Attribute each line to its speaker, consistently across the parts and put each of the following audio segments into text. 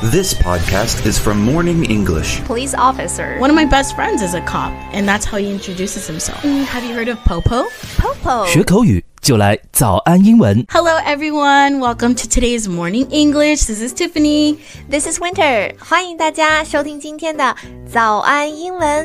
Speaker 1: This podcast is from Morning English.
Speaker 2: police officer.
Speaker 3: One of my best friends is a cop, and that's how he introduces himself. Mm, have you heard of Popo?
Speaker 2: Popo.
Speaker 4: 学口语就来早安英文。
Speaker 3: Hello, everyone. Welcome to today's morning English. This is Tiffany.
Speaker 2: This is Winter. 欢迎大家收听今天的早安英文。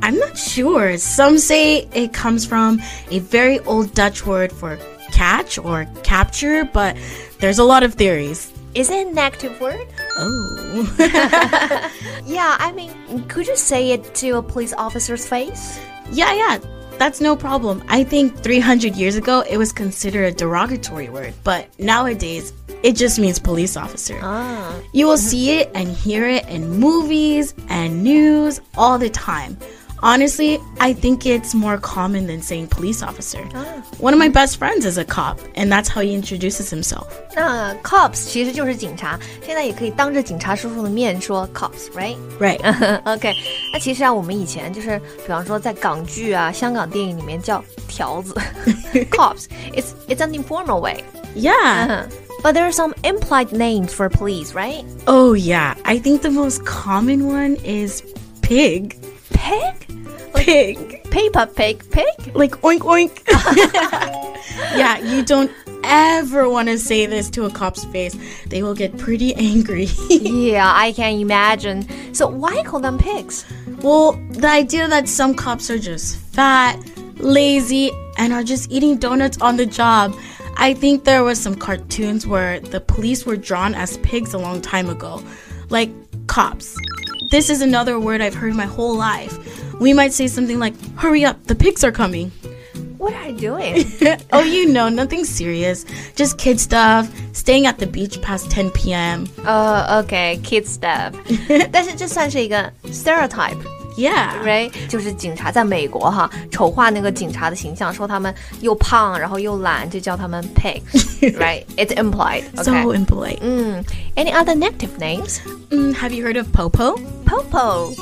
Speaker 3: I'm not sure. Some say it comes from a very old Dutch word for catch or capture, but there's a lot of theories.
Speaker 2: Is it a negative word?
Speaker 3: Oh.
Speaker 2: Yeah, I mean, could you say it to a police officer's face?
Speaker 3: yeah, yeah. That's no problem. I think 300 years ago it was considered a derogatory word, but nowadays it just means police officer. You will see it and hear it in movies and news all the time. Honestly, I think it's more common than saying police officer. One of my best friends is a cop, and that's how he introduces himself.
Speaker 2: 那 cops 其实就是警察，现在也可以当着警察叔叔的面说 cops，right？
Speaker 3: Right.
Speaker 2: Uh-huh. OK，那其实啊，我们以前就是，比方说在港剧啊、香港电影里面叫条子 （cops），it's it's an informal way，
Speaker 3: yeah.
Speaker 2: but there are some implied names for police, right?
Speaker 3: Oh, yeah. I think the most common one is pig.
Speaker 2: Pig,
Speaker 3: Pig.
Speaker 2: paper pig, pig.
Speaker 3: like oink oink. yeah, you don't ever want to say this to a cop's face. They will get pretty angry.
Speaker 2: Yeah, I can imagine. So why call them pigs?
Speaker 3: well, the idea that some cops are just fat, lazy, and are just eating donuts on the job. I think there was some cartoons where the police were drawn as pigs a long time ago. Like cops. This is another word I've heard my whole life. We might say something like, hurry up, the pigs are coming.
Speaker 2: What are you doing?
Speaker 3: oh, you know, nothing serious. Just kid stuff, staying at the beach past 10 p.m.
Speaker 2: 呃、o k Uh, kid stuff. 但是这算是一个 stereotype,
Speaker 3: Yeah.
Speaker 2: right? 就是警察在美国哈，丑化那个警察的形象，说他们又胖，然后又懒，就叫他们 pig, right? It's implied.
Speaker 3: So
Speaker 2: Okay. Mm.
Speaker 3: impolite.
Speaker 2: 嗯，any other negative names?
Speaker 3: Mm, have you heard of Popo?
Speaker 2: Popo.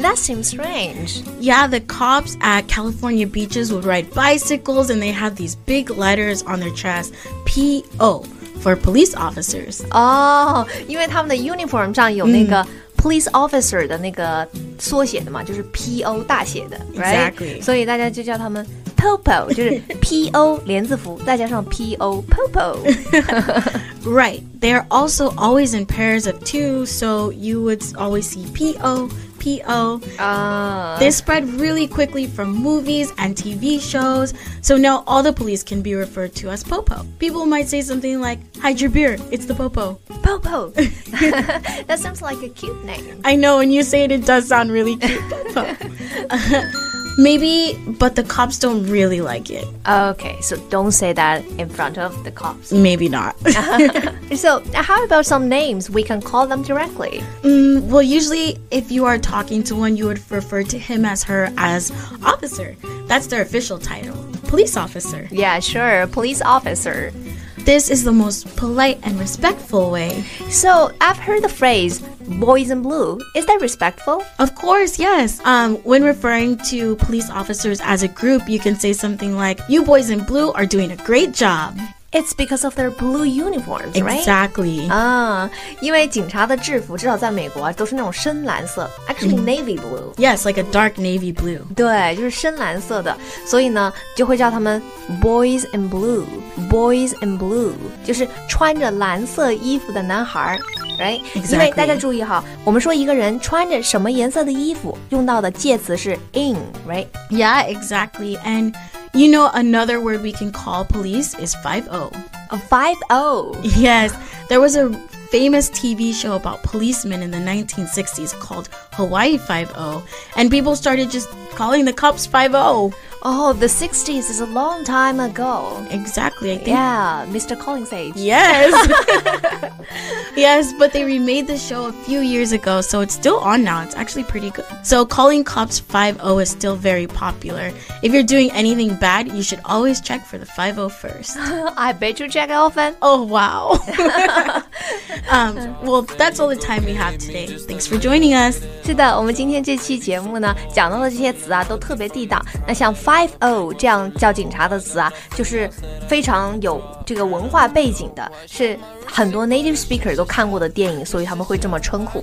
Speaker 2: That seems strange.
Speaker 3: Yeah, the cops at California beaches would ride bicycles and they had these big letters on their chest PO for police officers.
Speaker 2: 哦，因为他们的 uniform 上有那个 police officer 的那个缩写的嘛，就是 P O 大写的
Speaker 3: Exactly.
Speaker 2: 所以大家就叫他们 Popo，就是 P O 连字符，再加上 P O Popo。
Speaker 3: Right. They are also always in pairs of two, so you would always see PO, PO.
Speaker 2: 啊
Speaker 3: This spread really quickly from movies and TV shows, so now all the police can be referred to as Popo. People might say something like, Hide your beer, it's the Popo.
Speaker 2: Popo. That sounds like a cute name.
Speaker 3: I know when you say it, it does sound really cute, Popo. Maybe, but the cops don't really like it.
Speaker 2: Okay, so don't say that in front of the cops.
Speaker 3: Maybe not.
Speaker 2: So how about some names we can call them directly?
Speaker 3: Mm, well, usually, if you are talking to one, you would refer to him as her as officer. That's their official title police officer.
Speaker 2: Yeah, sure. Police officer.
Speaker 3: This is the most polite and respectful way.
Speaker 2: So I've heard the phrase "boys in blue." Is that respectful?
Speaker 3: Of course, yes. Um, when referring to police officers as a group, you can say something like, You boys in blue are doing a great job.
Speaker 2: It's because of their blue uniforms, right? Uh,
Speaker 3: Exactly.
Speaker 2: 啊，因为警察的制服至少在美国啊都是那种深蓝色，actually navy blue，、
Speaker 3: Yes, like a dark navy blue.
Speaker 2: 对，就是深蓝色的，所以呢就会叫他们 boys in blue，boys in blue，就是穿着蓝色衣服的男孩儿，right？、因为
Speaker 3: Exactly
Speaker 2: 大家注意哈，我们说一个人穿着什么颜色的衣服，用到的介词是 in，right？
Speaker 3: Yeah, exactly. And you know, another word we can call police is oh. 5 0.
Speaker 2: A five oh o。
Speaker 3: Yes, there was a famous TV show about policemen in the oh, 1960s called Hawaii 5 0, and people started just calling the cops 5 0.
Speaker 2: Oh, the 60s is a long time ago.
Speaker 3: Exactly. I think.
Speaker 2: Yeah, Mr. Collins age.
Speaker 3: Yes. yes, but they remade the show a few years ago, so it's still on now. It's actually pretty good. So Calling Cops 50 is still very popular. If you're doing anything bad, you should always check for the 50 first.
Speaker 2: I bet you check often.
Speaker 3: Oh wow. um, well, that's all the time we have today. Thanks for joining us.
Speaker 2: 是的，我们今天这期节目呢，讲到的这些词啊，都特别地道。那像 five o 这样叫警察的词啊，就是非常有这个文化背景的，是很多 native speaker 都看过的电影，所以他们会这么称呼。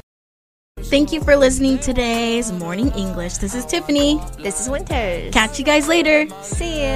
Speaker 3: Thank you for listening to today's Morning English. This is Tiffany.
Speaker 2: This is Winter.
Speaker 3: Catch you guys later.
Speaker 2: See you.